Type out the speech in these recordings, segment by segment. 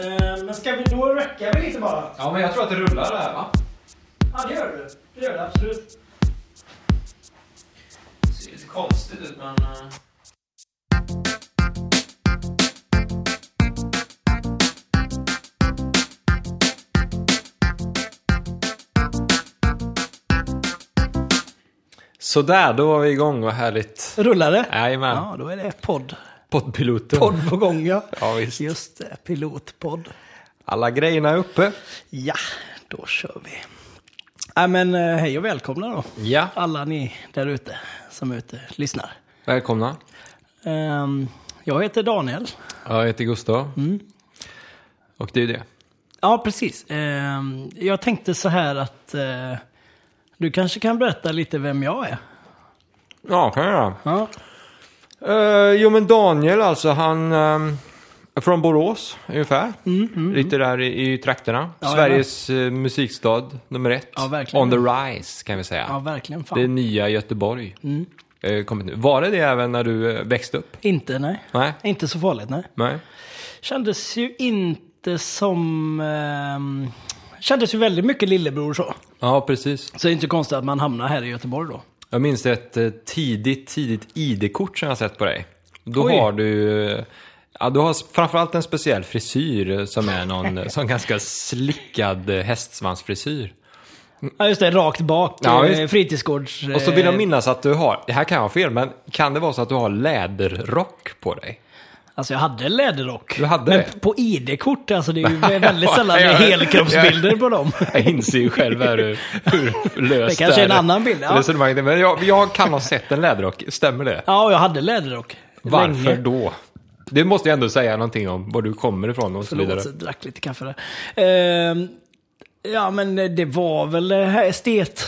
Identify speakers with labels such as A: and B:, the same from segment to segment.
A: Eh, Men ska vi då räcka vi lite bara?
B: Ja, men jag tror att det rullar det här va?
A: Ja, det gör du. Det gör du absolut.
B: Det ser lite konstigt ut men... eh,
C: Sådär, då var vi igång. Vad härligt.
A: Rullar det?
C: Jajamän.
A: Ja, då är det podd.
C: Poddpiloten.
A: Podd på gång, ja.
C: Ja, visst.
A: Just det, pilotpodd.
C: Alla grejerna är uppe.
A: Ja, då kör vi. Nej, men eh, hej och välkomna då.
C: Ja,
A: Alla ni där ute som är ute lyssnar.
C: välkomna.
A: Ehm, jag heter Daniel.
C: Jag heter Gustav.
A: Mm.
C: Och det är ju det.
A: Ja, precis. Ehm, jag tänkte så här att eh, du kanske kan berätta lite vem jag är.
C: Ja, kan jag göra.
A: Ja,
C: Eh, jo, men Daniel alltså, han ehm, är från Borås ungefär. Lite där i, i trakterna.
A: Mm, Ja,
C: Sveriges eh, musikstad nummer ett.
A: Ja, verkligen.
C: On the rise kan vi säga.
A: ja verkligen. Fan. Mm.
C: det nya Göteborg. Eh, kommit nu. Var det det även när du eh, växte upp?
A: Inte, nej.
C: Nej.
A: Inte så farligt, nej.
C: Nej.
A: Kändes ju inte som... ehm, kändes ju väldigt mycket lillebror så.
C: Ja, precis.
A: Så det är inte konstigt att man hamnar här i Göteborg då.
C: Jag minns ett eh, tidigt, tidigt ID-kort som jag har sett på dig. Då
A: Oj.
C: har du... eh, Ja, du har s- framförallt en speciell frisyr eh, som är någon eh, som ganska slickad eh, hästsvansfrisyr.
A: Ja, just det. Rakt bak.
C: Ja,
A: eh,
C: visst.
A: fritidsgårds...
C: Och så vill jag
A: eh,
C: minnas att du har, det här kan jag ha fel, men kan det vara så att du har läderrock på dig?
A: Alltså jag hade läderrock.
C: Du hade
A: men
C: det?
A: på ID-kort, alltså det är ju väldigt sällan det är
C: Ja, ja, ja.
A: helkroppsbilder på dem.
C: Jag inser ju själv här hur, hur löst
A: Det kanske är en
C: här
A: annan bild, ja.
C: resonemanget är. Men jag, jag kan ha sett en läderrock, stämmer det?
A: Ja, jag hade läderrock.
C: Varför
A: Länge.
C: då? Det måste ju ändå säga någonting om var du kommer ifrån och så vidare.
A: Förlåt, jag drack lite kaffe där. Ehm, ja, men det var väl det här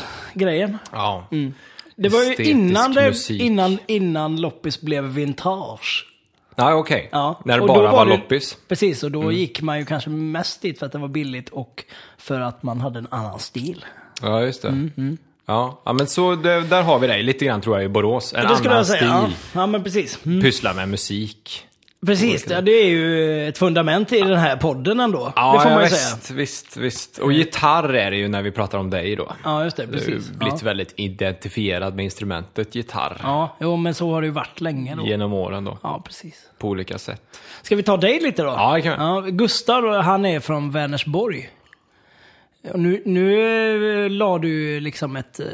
A: estetgrejen.
C: Ja.
A: Mm. Det var ju
C: Estetisk
A: innan, det,
C: musik.
A: innan, innan loppis blev vintage.
C: Nej, okej.
A: Ja.
C: När det
A: Och då
C: bara var,
A: det-
C: loppis. Mm.
A: Precis, och då gick man ju kanske mest dit för att det var billigt och för att man hade en annan stil.
C: Ja, just det.
A: Mm,
C: Ja. ja, men så det, där har vi dig lite grann tror jag i Borås. En
A: det skulle
C: annan
A: jag säga. Ja.
C: stil.
A: ja, men precis. Mm.
C: Pyssla med musik.
A: Precis, ja, det är ju ett fundament i den här podden ändå.
C: Ja,
A: det får man ju
C: ja,
A: säga.
C: visst, visst, visst. Och gitarr är det ju när vi pratar om dig då.
A: Ja, just det.
C: Du har ju
A: Precis.
C: blivit
A: Ja.
C: väldigt identifierad med instrumentet gitarr
A: ja, jo, men så har det ju varit länge då.
C: genom åren då,
A: Ja, precis.
C: på olika sätt.
A: Ska vi ta dig lite då?
C: Ja, det kan vi.
A: ja, Gustav, han är från Vänersborg. Och Nu, nu eh, la du ju liksom ett eh,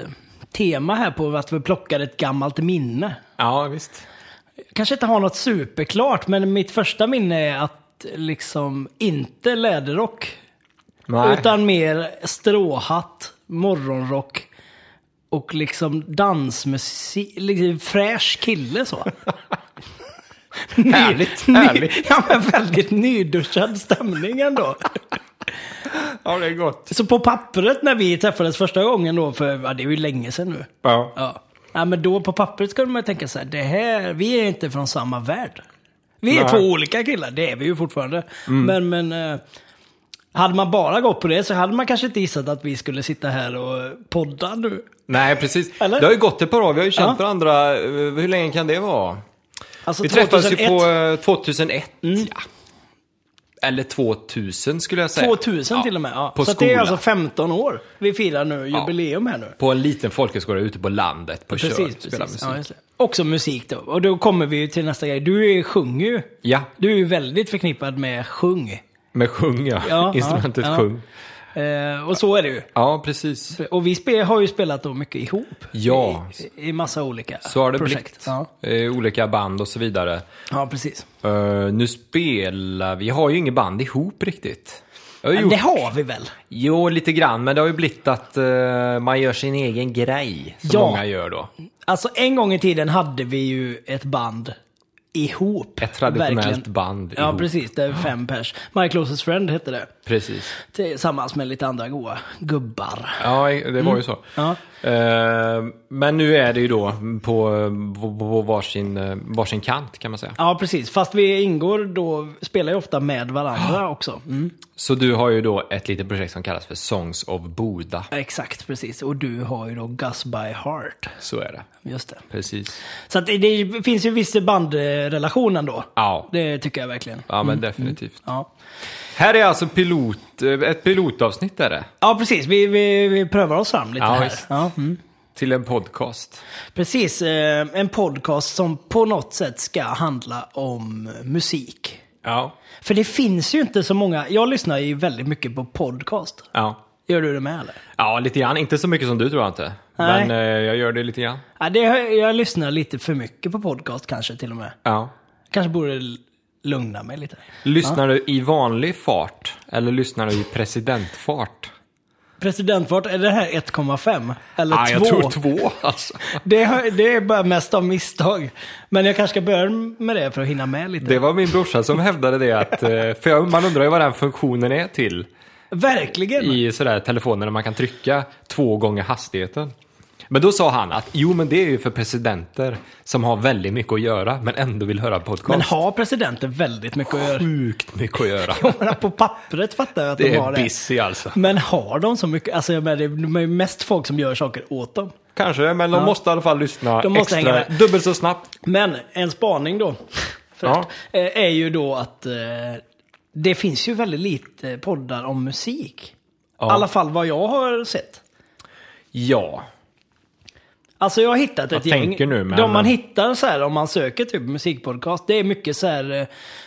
A: tema här på att vi plockade ett gammalt minne.
C: Ja, visst.
A: Jag kanske inte har något superklart, men mitt första minne är att liksom inte läderrock,
C: Nej.
A: utan mer stråhatt, morgonrock och liksom dansmusik, liksom fräsch kille så. Ny-
C: Härligt,
A: ny-
C: härligt.
A: Ja, men väldigt nyduschad stämning ändå.
C: Ja, det är gott.
A: Så på pappret när vi träffades första gången då, för ja, det är ju länge sedan nu.
C: Ja.
A: Ja. ja, men då på pappret skulle man tänka så här, det här, vi är inte från samma värld. Vi är
C: Nej. Mm.
A: två olika killar, det är vi ju fortfarande. Men, men eh, hade man bara gått på det så hade man kanske inte gissat att vi skulle sitta här och eh, podda nu.
C: Nej, precis.
A: Eller?
C: Det har ju gått ett par år. Vi har ju känt
A: Ja.
C: varandra. eh, Hur länge kan det vara?
A: Alltså
C: Vi träffades ju på eh, 2001,
A: Mm.
C: ja. Eller 2000 skulle jag säga.
A: 2000
C: Ja,
A: till och med. Ja.
C: På
A: så att det är
C: skola.
A: alltså 15 år vi firar nu,
C: Ja.
A: jubileum här nu.
C: På en liten folkhögskola ute på landet på Tjörn.
A: Precis,
C: spela
A: precis.
C: musik.
A: Ja, just det. Också musik då. Och då kommer vi ju till nästa grej. Du är- sjunger ju.
C: Ja,
A: Du är ju väldigt förknippad med sjung.
C: med sjung ja.
A: Ja,
C: Instrumentet
A: ja, ja.
C: sjung.
A: Eh, och så är det ju.
C: Ja, precis.
A: Och vi spe, har ju spelat då mycket ihop.
C: Ja.
A: I, I massa olika
C: Så har det
A: projekt.
C: blivit.
A: Ja.
C: Eh, olika band och så vidare.
A: ja, precis.
C: Eh, nu spelar vi, har ju inget band ihop riktigt. Jag har
A: Men
C: gjort,
A: det har vi väl?
C: Jo, lite grann, men det har ju blivit att eh, man gör sin egen grej. Som
A: Ja.
C: många gör då.
A: Alltså en gång i tiden hade vi ju ett band ihop.
C: Ett traditionellt
A: Verkligen.
C: band
A: Ja,
C: ihop.
A: precis. Det är fem pers. My Closest Friend hette det.
C: Precis.
A: Tillsammans med lite andra goa gubbar.
C: Ja, det var ju så.
A: Ja.
C: Eh, men nu är det ju då på, på, på varsin, eh, varsin kant kan man säga.
A: Ja, precis. Fast vi ingår då, spelar ju ofta med
C: Ah.
A: varandra också. Mm.
C: Så du har ju då ett litet projekt som kallas för Songs of Boda.
A: Exakt, precis. Och du har ju då Gus by Heart.
C: Så är det.
A: Just det.
C: Precis.
A: Så att det, det finns ju viss bandrelation ändå.
C: Ja,
A: Det tycker jag verkligen.
C: ja men definitivt.
A: Ja,
C: Här är alltså pilot, eh, ett pilotavsnitt är det.
A: ja precis. Vi, vi, vi prövar oss fram lite
C: Ja,
A: här.
C: visst.
A: Ja, mm.
C: Till en podcast.
A: Precis. Eh, en podcast som på något sätt ska handla om musik.
C: Ja.
A: För det finns ju inte så många. Jag lyssnar ju väldigt mycket på podcast.
C: Ja.
A: Gör du det med eller?
C: Ja, lite grann. Inte så mycket som du tror jag inte.
A: Nej.
C: Men eh, jag gör det lite grann.
A: Ja, det, jag lyssnar lite för mycket på podcast kanske till och med.
C: Ja.
A: Kanske borde l- lugna mig lite.
C: Lyssnar du i vanlig fart? Eller lyssnar du i presidentfart?
A: Presidentfart, är det här 1,5? Eller 2?
C: Ah, jag tror två alltså.
A: Det, har- det är bara mest av misstag. Men jag kanske ska börja med det för att hinna med lite.
C: Det var min brorsa som hävdade det. Att, eh, för jag- man undrar ju vad den funktionen är till
A: Verkligen!
C: i sådär telefoner där man kan trycka två gånger hastigheten. Men då sa han att jo men det är ju för presidenter som har väldigt mycket att göra men ändå vill höra podcast.
A: Men har presidenten väldigt mycket att göra?
C: Sjukt mycket att göra.
A: Men På pappret fattar jag att
C: Det
A: de har
C: är
A: det.
C: busy alltså.
A: Men har de så mycket? Alltså jag menar, det är ju mest folk som gör saker åt dem.
C: Kanske, men de måste i alla fall lyssna
A: De måste hänga
C: extra,
A: med.
C: dubbelt så snabbt.
A: Men en spaning då, Fred, eh, är ju då att eh, det finns ju väldigt lite poddar om musik. I alla fall vad jag har sett.
C: Ja.
A: Alltså jag har hittat ett
C: Jag
A: gäng.
C: tänker nu, men-
A: De man hittar så här om man söker typ musikpodcast, det är mycket så här eh,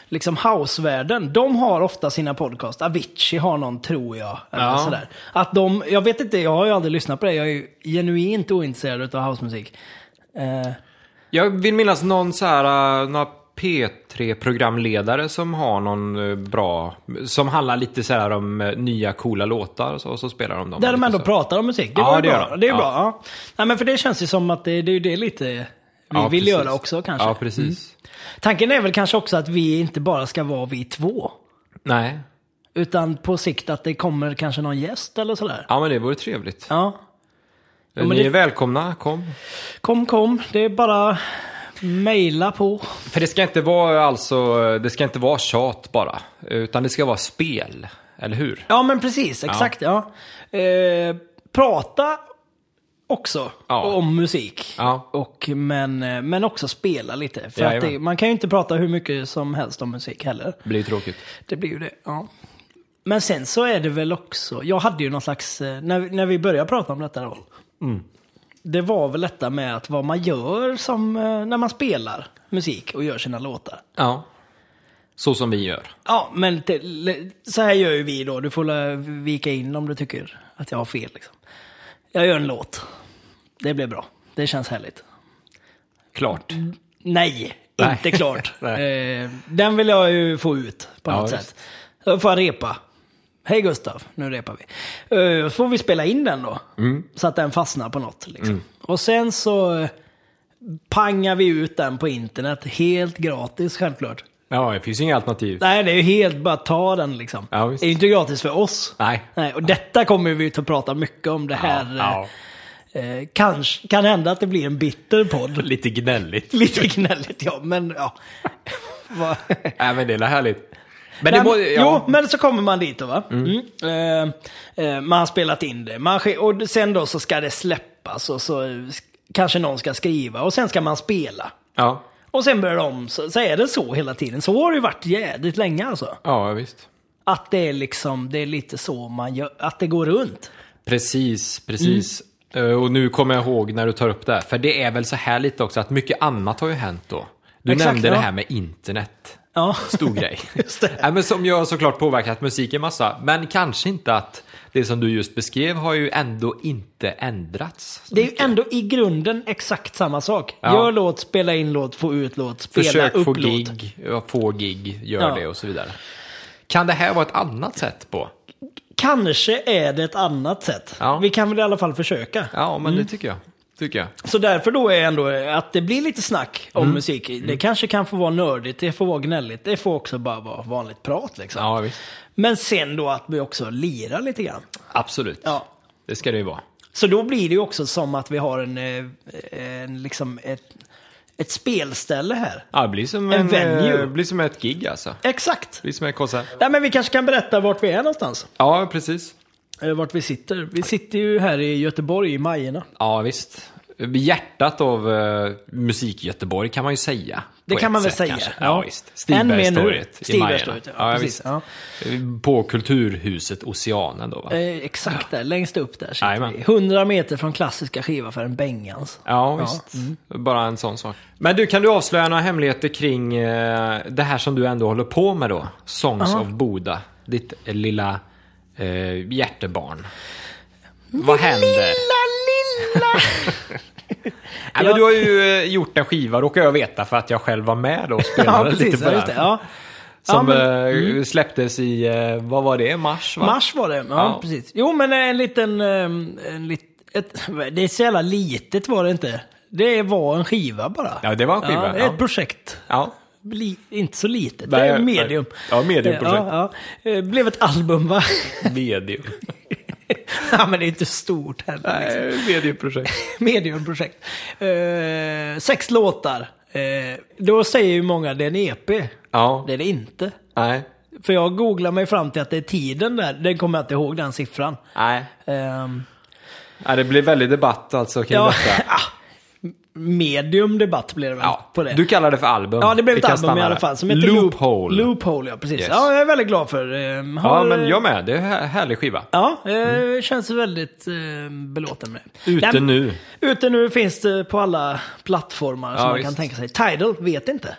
A: liksom housevärlden. De har ofta sina podcast. Avicii har någon tror jag. Eller
C: Ja.
A: så där. Att de, jag vet inte, jag har ju aldrig lyssnat på det. Jag är ju genuint ointresserad av housemusik. Eh,
C: Jag vill minnas någon så här, eh, några P3-programledare som har någon eh, bra, som handlar lite så här om eh, nya coola låtar och så, och så spelar de dem.
A: Där de
C: Lite
A: ändå
C: så.
A: pratar om musik. Det
C: Ja,
A: var ju
C: det
A: bra.
C: gör de.
A: Det är
C: Ja.
A: bra. Ja. Nej, men för det känns ju som att det, det är ju det lite vi
C: Ja,
A: vill
C: precis.
A: göra också kanske. Mm.
C: Ja, precis.
A: Tanken är väl kanske också att vi inte bara ska vara vi två.
C: Nej.
A: Utan på sikt att det kommer kanske någon gäst eller sådär.
C: Ja, men det vore trevligt.
A: Ja. men
C: Ni
A: det-
C: är välkomna, kom.
A: Kom, kom. Det är bara mejla på.
C: För det ska inte vara alltså, det ska inte vara tjat bara, utan det ska vara spel, eller hur?
A: Ja, men precis. Exakt. Ja. Eh, prata också
C: Ja.
A: om musik.
C: Ja.
A: Och, men, eh, men också spela lite. För att
C: Jajamän.
A: det, man kan ju inte prata hur mycket som helst om musik heller.
C: Det blir tråkigt.
A: Det blir ju det, ja. Men sen så är det väl också, jag hade ju någon slags, eh, när, när vi började prata om detta då. Mm. Det var väl detta med att vad man gör som, eh, när man spelar musik och gör sina låtar.
C: Ja. Så som vi gör.
A: Ja, men te- le- så här gör ju vi då, du får la- vika in om du tycker att jag har fel liksom. Jag gör en låt. Det blir bra. Det känns härligt.
C: Klart.
A: Mm. Nej,
C: Nej.
A: inte klart.
C: Nej.
A: Eh, den vill jag ju få ut på
C: Ja,
A: något
C: visst.
A: sätt. Då får jag repa. Hej Gustav, nu repar vi. Eh, så får vi spela in den då.
C: Mm.
A: Så att den fastnar på något. Liksom. Och sen så eh, pangar vi ut den på internet. Helt gratis självklart.
C: Ja, det finns inga alternativ.
A: Nej, det är ju helt bara ta den liksom.
C: Ja,
A: det
C: visst.
A: är ju inte gratis för oss.
C: Nej.
A: Nej, och detta kommer vi att prata mycket om. Det här
C: Ja,
A: Eh, eh, kanske, kan hända att det blir en bitter podd.
C: ja. Lite gnälligt.
A: Lite gnälligt ja, men ja. Vad-
C: Nej, Äh, men det är härligt. Men
A: Nej,
C: det må,
A: men-
C: ja.
A: Jo, men så kommer man dit då va. Mm. Eh, eh, man har spelat in det. Man, sk- och sen då så ska det släppas och så eh, sk- kanske någon ska skriva och sen ska man spela.
C: ja.
A: Och sen börjar de, så, så är det så hela tiden. Så har det ju varit jädrigt länge alltså.
C: Ja, visst.
A: Att det är liksom, det är lite så man gör, att det går runt.
C: Precis, precis. Eh, Och nu kommer jag ihåg när du tar upp det här. För det är väl så här lite också att mycket annat har ju hänt då. Du
A: Exakt,
C: nämnde
A: ja.
C: det här med internet.
A: Ja.
C: Stor grej.
A: Just det.
C: Nej, men som ju har såklart påverkat musiken massa. Men kanske inte att det som du just beskrev har ju ändå inte ändrats.
A: Det är ju ändå i grunden exakt samma sak.
C: Ja.
A: Gör låt, spela in låt, få ut låt, spela
C: Försök
A: upp
C: få
A: låt.
C: gig, ja, få gig, gör
A: Ja.
C: det och så vidare. Kan det här vara ett annat sätt på?
A: Kanske är det ett annat sätt.
C: Ja.
A: Vi kan väl i alla fall försöka.
C: Ja, men
A: Mm.
C: det tycker jag. Tycker jag.
A: Så därför då är ändå att det blir lite snack om
C: Mm.
A: musik. Det kanske kan få vara nördigt, det får vara gnälligt, det får också bara vara vanligt prat liksom.
C: Ja, visst.
A: Men sen då att vi också lirar lite grann.
C: Absolut.
A: Ja.
C: Det ska det ju vara.
A: Så då blir det ju också som att vi har en, eh, en liksom ett, ett spelställe här.
C: Ja, det blir som
A: En
C: en,
A: venue.
C: eh, blir som ett gig alltså. Det
A: Exakt!
C: blir som en konsert.
A: Nej, men vi kanske kan berätta vart vi är någonstans.
C: Ja, precis.
A: Eller vart vi sitter. Vi sitter ju här i Göteborg i Majerna.
C: Ja, visst. Hjärtat av uh, musik i Göteborg kan man ju säga.
A: Det
C: På
A: kan
C: ett
A: man väl
C: sätt
A: säga.
C: kanske.
A: Ja.
C: Ja, visst.
A: Än mer nu.
C: Stigbergstorget i Majerna.
A: Stigbergstorget, ja,
C: Ja,
A: precis.
C: visst.
A: Ja.
C: På Kulturhuset Oceanen då va?
A: Eh, exakt där, längst upp där sitter
C: Jajamän.
A: vi. 100 meter från klassiska skivaffären Bengans.
C: Ja, visst. Bara en sån sak. Men du, kan du avslöja några hemligheter kring eh, det här som du ändå håller på med då? Songs of Boda. Ditt eh, lilla eh, hjärtebarn.
A: Mm.
C: Vad händer?
A: Lilla, lilla!
C: Nej, men du har ju eh, gjort en skiva, råkar jag veta, för att jag själv var med då och
A: ja,
C: spelade lite
A: precis.
C: på
A: Ja,
C: den.
A: just det. Ja.
C: Som
A: Ja, Mm.
C: eh, släpptes i, eh, vad var det, mars? Va?
A: Mars var det, ja,
C: Ja.
A: precis. Jo men en liten... ehm, En lit, ett, det är så jävla litet var det inte. Det var en skiva bara.
C: Ja, det var en skiva,
A: det är ett
C: ja.
A: projekt.
C: Ja.
A: Li, inte så litet, det
C: Nej,
A: är
C: nej.
A: medium.
C: Ja, mediumprojekt.
A: Ja, ja. Eh, Blev ett album va?
C: Medium.
A: ja men det är inte stort heller. Liksom.
C: Nej, mediumprojekt.
A: Mediumprojekt. Eh, sex låtar. Eh, då säger ju många det är en EP.
C: Ja.
A: Det är det inte.
C: Nej.
A: För jag googlar mig fram till att det är tiden där. Den kommer jag inte ihåg den siffran.
C: Nej.
A: Ehm,
C: Ja, det blir väldigt debatt alltså kring
A: ja,
C: detta.
A: ah, medium debatt blir det väl
C: Ja,
A: på det.
C: Du kallar det för album.
A: ja, det blev
C: Vi
A: ett
C: kan
A: album i
C: stanna
A: alla
C: där.
A: fall. Som heter Loop-
C: Loophole.
A: Loophole, ja precis.
C: Yes.
A: Ja, jag är väldigt glad för. Ehm,
C: Ja,
A: har-
C: men jag med. Det är här- härlig skiva.
A: Ja, eh, känns väldigt eh, belåten med det.
C: Ute
A: Nej, men-
C: nu.
A: Ute nu finns det på alla plattformar som
C: Ja,
A: man kan
C: visst.
A: tänka sig. Tidal vet inte.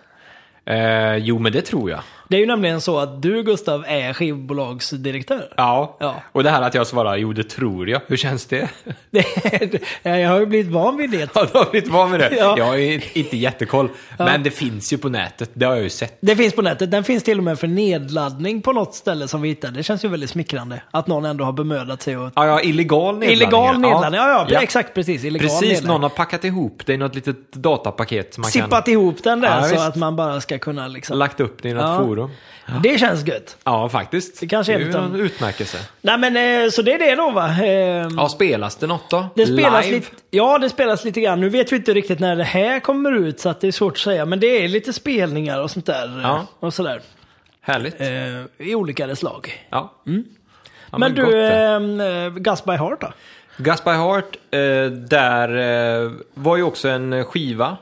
C: Eh, jo, men det tror jag.
A: Det är ju nämligen så att du Gustav är skivbolagsdirektör.
C: Ja.
A: Ja.
C: Och det här att jag svarar jo, det tror jag. Hur känns det?
A: Det- jag har ju blivit van vid det.
C: Ja, du har blivit van vid det.
A: Ja.
C: Jag har ju inte jättekoll. Men det finns ju på nätet. Det har jag ju sett.
A: Det finns på nätet, den finns till och med för nedladdning på något ställe som vi hittade. Det känns ju väldigt smickrande att någon ändå har bemödat sig och...
C: Ja, ja, illegal nedladdning.
A: Illegal nedladdning, ja, ja, exakt precis. Illegal
C: Precis,
A: nedladdning.
C: någon har packat ihop det i något litet datapaket. som Man
A: Sippat
C: kan...
A: ihop den där
C: Ja,
A: så
C: visst.
A: att man bara ska kunna liksom...
C: Lagt upp det i något
A: Ja.
C: forum.
A: Det känns gött.
C: Ja, faktiskt.
A: Det kanske är
C: det är ju
A: ett av-
C: en utmärkelse.
A: Nej men eh, så det är det då va. Eh,
C: Ja, spelas det något då?
A: Det spelas
C: Live?
A: lite, ja, det spelas lite grann. Nu vet vi inte riktigt när det här kommer ut så att det är svårt att säga. Men det är lite spelningar och sånt där. eh,
C: Ja.
A: Och sådär.
C: Härligt.
A: Eh, I olika slag.
C: Ja. Ja,
A: Mm. men,
C: gott
A: du,
C: det.
A: eh, Gus by Heart då?
C: Gus by Heart, eh, där eh, var ju också en eh, skiva.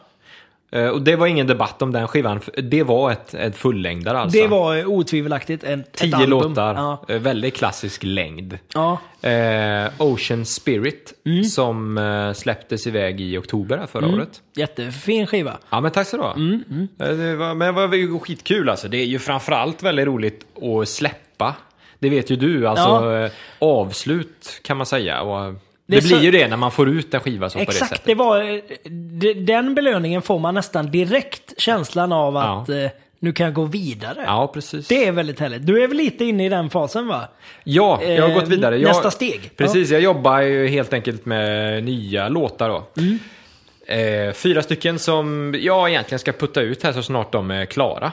C: Eh, och det var ingen debatt om den skivan. f- Det var ett, ett fullängdare alltså.
A: Det var eh, otvivelaktigt en, ett
C: Tio
A: album.
C: låtar,
A: Ja.
C: eh, väldigt klassisk längd.
A: ja.
C: Eh, Ocean Spirit,
A: Mm.
C: som eh, släpptes iväg i oktober här förra året.
A: Jättefin skiva.
C: Ja men tack så du ha.
A: Mm,
C: Eh, Det var, men det var ju skitkul alltså. Det är ju framförallt väldigt roligt att släppa. Det vet ju du, alltså
A: Ja.
C: eh, avslut kan man säga. Och det
A: Det är
C: blir
A: så-
C: ju det när man får ut en skiva så på det
A: Exakt,
C: sättet.
A: det, var... eh, de- Den belöningen får man nästan direkt känslan av att eh, nu kan jag gå vidare.
C: Ja, precis.
A: Det är väldigt härligt. Du är väl lite inne i den fasen va?
C: Ja, jag har
A: Eh,
C: gått vidare. Jag,
A: nästa steg.
C: Precis, jag jobbar ju helt enkelt med nya låtar då.
A: Mm.
C: Eh, fyra stycken som jag egentligen ska putta ut här så snart de är klara.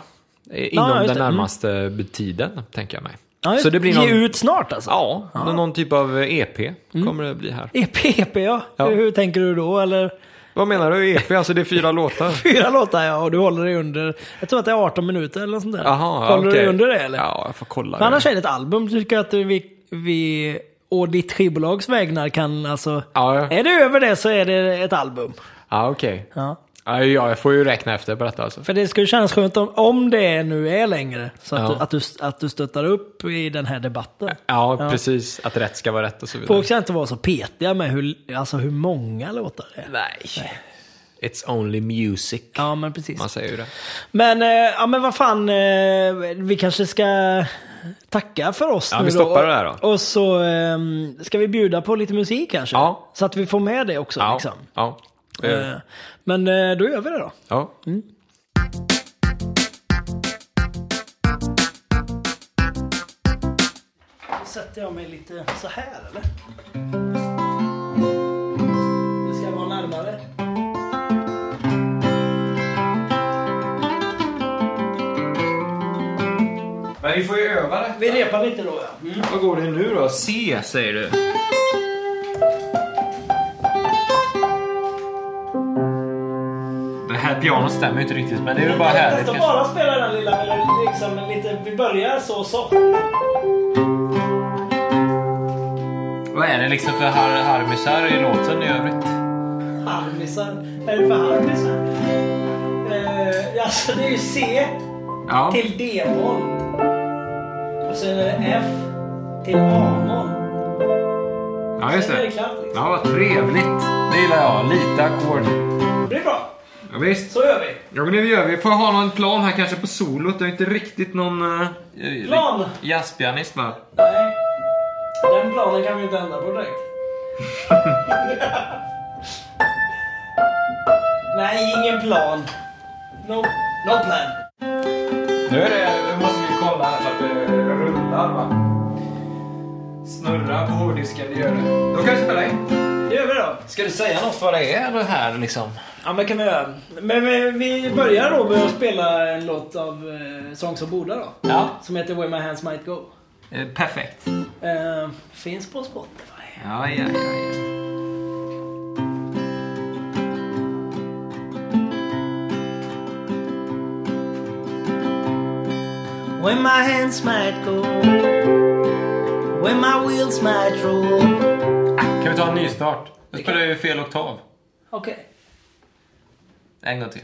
C: Eh, Inom
A: just
C: den
A: det. Mm.
C: närmaste tiden, tänker jag mig.
A: Ja,
C: så det blir
A: Ge
C: någon,
A: ut snart alltså?
C: Ja, någon typ av EP
A: Mm.
C: kommer det bli här.
A: EPP ja.
C: Ja.
A: Hur, hur tänker du då? Eller
C: Vad menar du EP? Alltså det är fyra låtar?
A: fyra låtar ja, och du håller dig under, jag tror att det är 18 minuter eller något sånt där.
C: Jaha,
A: håller du
C: okej.
A: dig under det eller?
C: Ja, jag får kolla.
A: Men
C: det.
A: annars är det ett album, så tycker jag att vi, vi och ditt skivbolags vägnar kan alltså...
C: Ja, ja.
A: Är det över det så är det ett album.
C: ja okej.
A: Ja.
C: Ja, ja, jag får ju räkna efter på detta alltså.
A: För det skulle kännas skönt om, om det nu är längre. Så att,
C: Ja.
A: du, att, du, att du stöttar upp i den här debatten.
C: Ja, precis. Att rätt ska vara rätt och så vidare.
A: Folk ska inte vara så petiga med hur, alltså hur många låtar det är.
C: Nej. It's only music.
A: Ja, men precis.
C: Man säger ju det.
A: Men, eh, ja, men vad fan, eh, vi kanske ska tacka för oss
C: Ja,
A: nu
C: vi
A: då.
C: stoppar det här då.
A: Och så eh, ska vi bjuda på lite musik kanske.
C: Ja.
A: Så att vi får med det också.
C: Ja.
A: Liksom.
C: Ja.
A: Eh, mm. Men eh, då gör vi det då.
C: ja.
A: Då sätter jag mig lite så här eller? Det ska vara närmare.
C: Men vi får ju öva det.
A: Mm. Vi repar lite då ja.
C: Vad går det nu då? C säger du. pianot stämmer ju inte riktigt, men det är väl bara
A: Jag kan
C: härligt
A: testa
C: kanske.
A: bara spela den lilla melodin. Liksom, lite, vi börjar så soft.
C: Vad är det liksom för har- harmisar i låten i övrigt?
A: Harmisar. Vad är det för harmisar? Eh, alltså det är ju C
C: Ja.
A: till D-moll. Och sen är det F till A-moll.
C: ja, just
A: Sen är det
C: det.
A: klart. Liksom.
C: Ja, vad trevligt. Det gillar jag. Lite ackord.
A: Det blir bra.
C: Ja, visst.
A: Så gör vi.
C: Ja, men det gör vi. Får jag ha någon plan här kanske på solot? Jag är inte riktigt någon... eh,
A: Plan?
C: Jazzpianist va?
A: Nej. Den planen kan vi inte ändra på direkt. Nej, ingen plan. No, no plan.
C: Nu är det... Nu måste vi kolla så att det rullar va? Snurra på hårddisken, det gör det. Då kan vi spela in.
A: Det gör vi då.
C: Ska du säga något vad det är det här liksom?
A: Ja, men kan vi göra. Men vi, vi börjar då med att spela en låt av eh, Sång som borde då.
C: Ja.
A: Som heter Where My Hands Might Go.
C: Eh, Perfekt.
A: Eh, finns på Spotify.
C: Ja, ja, ja, ja.
A: Where my hands might go. Where my wheels might roll.
C: Kan vi ta en ny start? Jag spelar ju fel oktav.
A: Okej.
C: En gång till.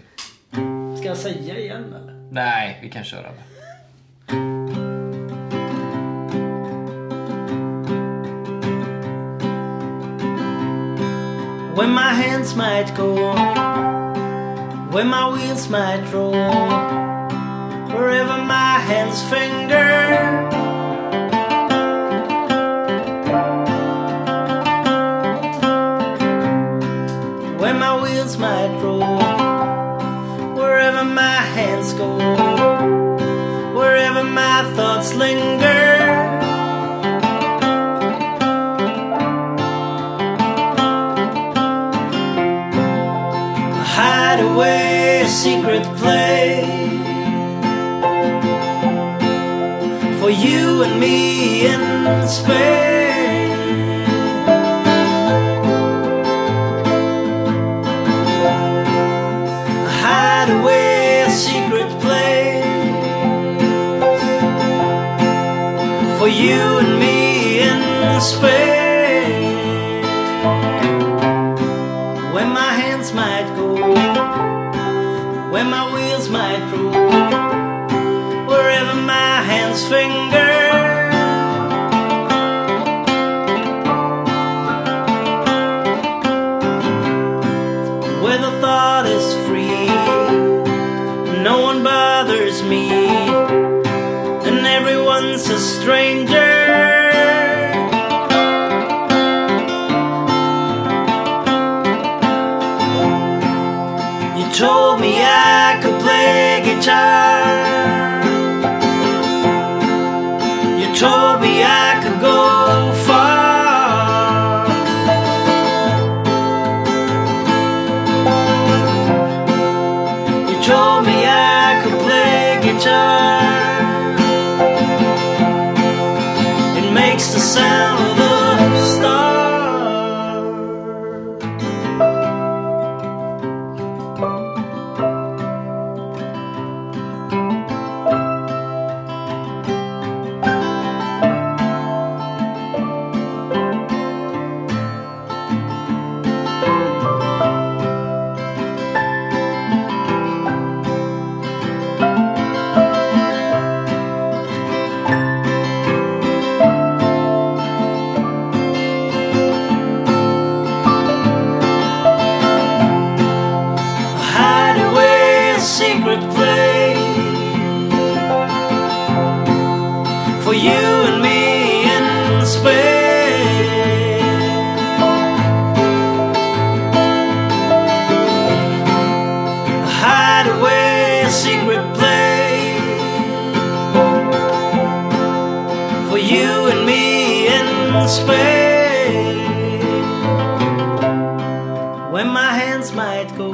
A: Ska jag säga igen eller?
C: Nej, vi kan köra det.
A: Where my hands might go. Where my wheels might roll. Wherever my hands finger. Where my wheels might roll. Wherever my hands go. Wherever my thoughts linger. A hideaway, a secret place for you and me in space. A hideaway, a secret place for you and me in space. Where my hands might go, where my wheels might roll, wherever my hands finger. Where the thought is free, no one bothers me, and everyone's a stranger. You told me I could play guitar. You told me I could go far. You told me I could play guitar. It makes the sound of the stars. A hideaway, a secret place for you and me in space. A hideaway, a secret place for you and me in space. When my hands might go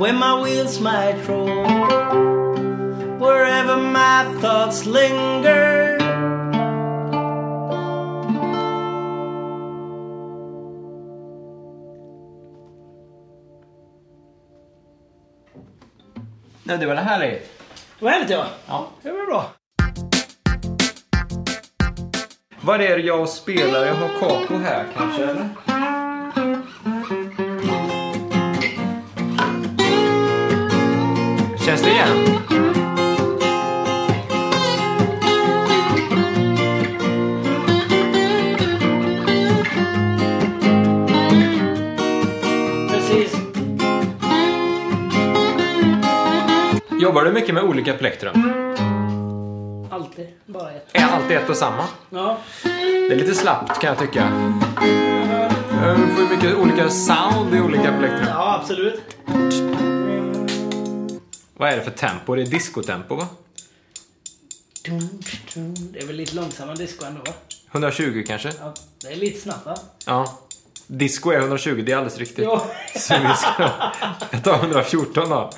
A: where my wheels might roll, wherever my thoughts linger.
C: Nej, det var det här är.
A: Vad härligt ja.
C: Ja.
A: Det var bra.
C: Vad är det jag spelar? Jag har Kako här kanske, eller? Känns det igen?
A: Precis.
C: Jobbar du mycket med olika plektrum?
A: Alltid. Bara ett.
C: Är alltid ett och samma?
A: Ja.
C: Det är lite slappt kan jag tycka. Eh, Du får ju mycket olika sound i olika plektrum.
A: Ja, absolut.
C: Vad är det för tempo? Det är discotempo va?
A: Det är väl lite långsamma disco ändå va?
C: 120 kanske?
A: Ja, det är lite snabbt va?
C: Ja. Disco är 120, det är alldeles riktigt.
A: Ja.
C: Så vi ska... Jag tar 114 då.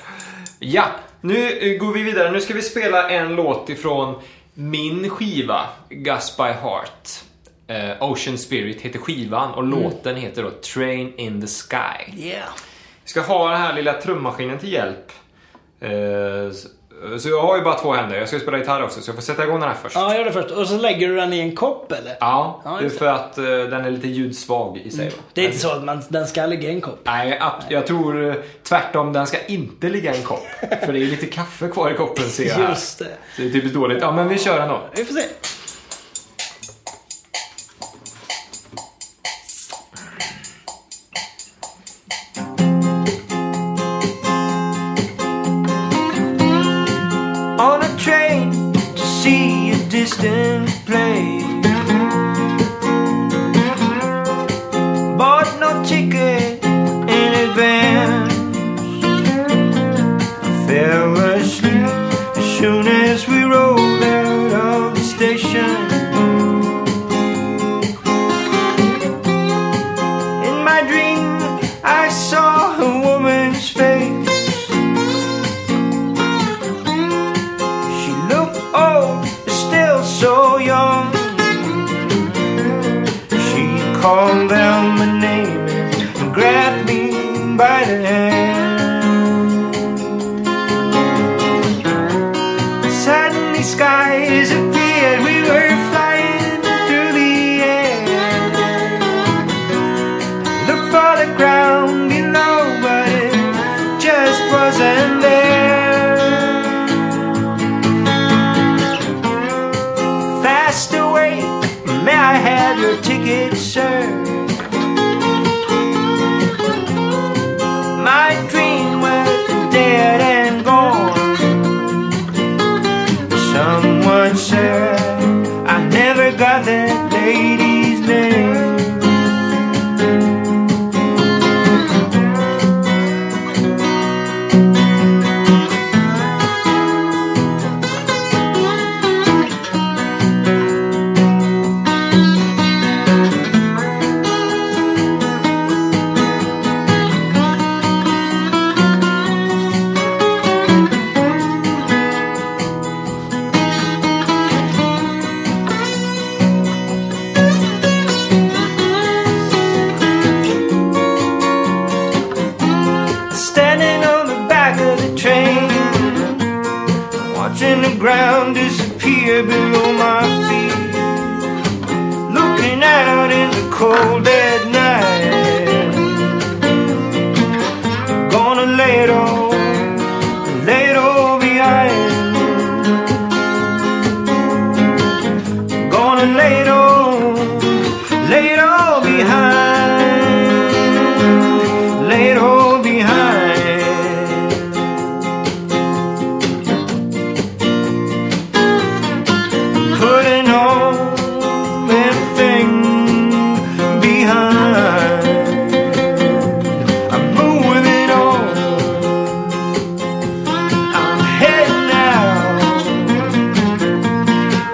C: Ja, nu eh, går vi vidare. Nu ska vi spela en låt ifrån min skiva, Gus by Heart. Eh, Ocean Spirit heter skivan och
A: Mm.
C: låten heter då Train in the Sky.
A: Yeah.
C: Vi ska ha den här lilla trummaskinen till hjälp. Eh, s- Så jag har ju bara två händer. Jag ska spela gitarr också, så jag får sätta igång den här först.
A: Ja, gör det först. Och så lägger du den i en kopp eller?
C: Ja,
A: Ja,
C: det är
A: just Mm.
C: för att eh, den är lite ljudsvag i sig. va?
A: Det är inte så att man, den ska ligga i en kopp.
C: Nej, att, jag tror eh, tvärtom. Den ska inte ligga i en kopp. För det är lite kaffe kvar i koppen ser jag. här.
A: Just det.
C: Så det är typiskt dåligt. Ja, men vi kör ändå.
A: Vi får se.
D: on a train to see a distant play. Bought no ticket in advance. I fell asleep as soon as we rolled out of the station. In my dream, I saw a woman's face. She looked old, but still so young. She called out my name and grabbed me by the hand. Suddenly, skies appeared. We were flying through the air. Looked for the ground below, but it just wasn't there. fast away. May I have your ticket, sir? My dream was dead and gone. Someone said I never got that lady's name. standing on the back of the train, watching the ground disappear below my feet, looking out in the cold at night. Gonna lay it all, lay it all behind. Gonna lay it all, lay it all behind lay it all behind. Putting all everything behind. I'm moving it on. I'm heading out.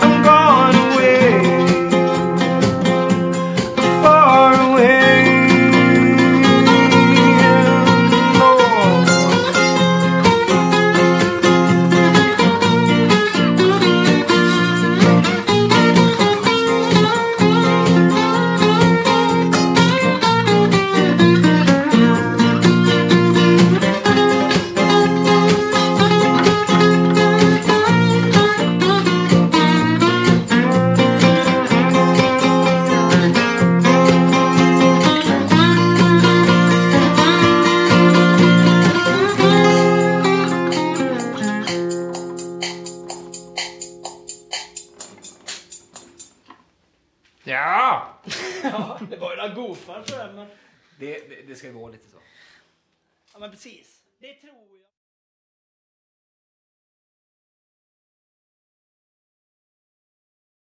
D: I'm going away. For
C: Ja!
A: Ja, det var ju några goofar sådär men...
E: Det, det, det ska gå lite så.
A: Ja men precis. Det tror jag.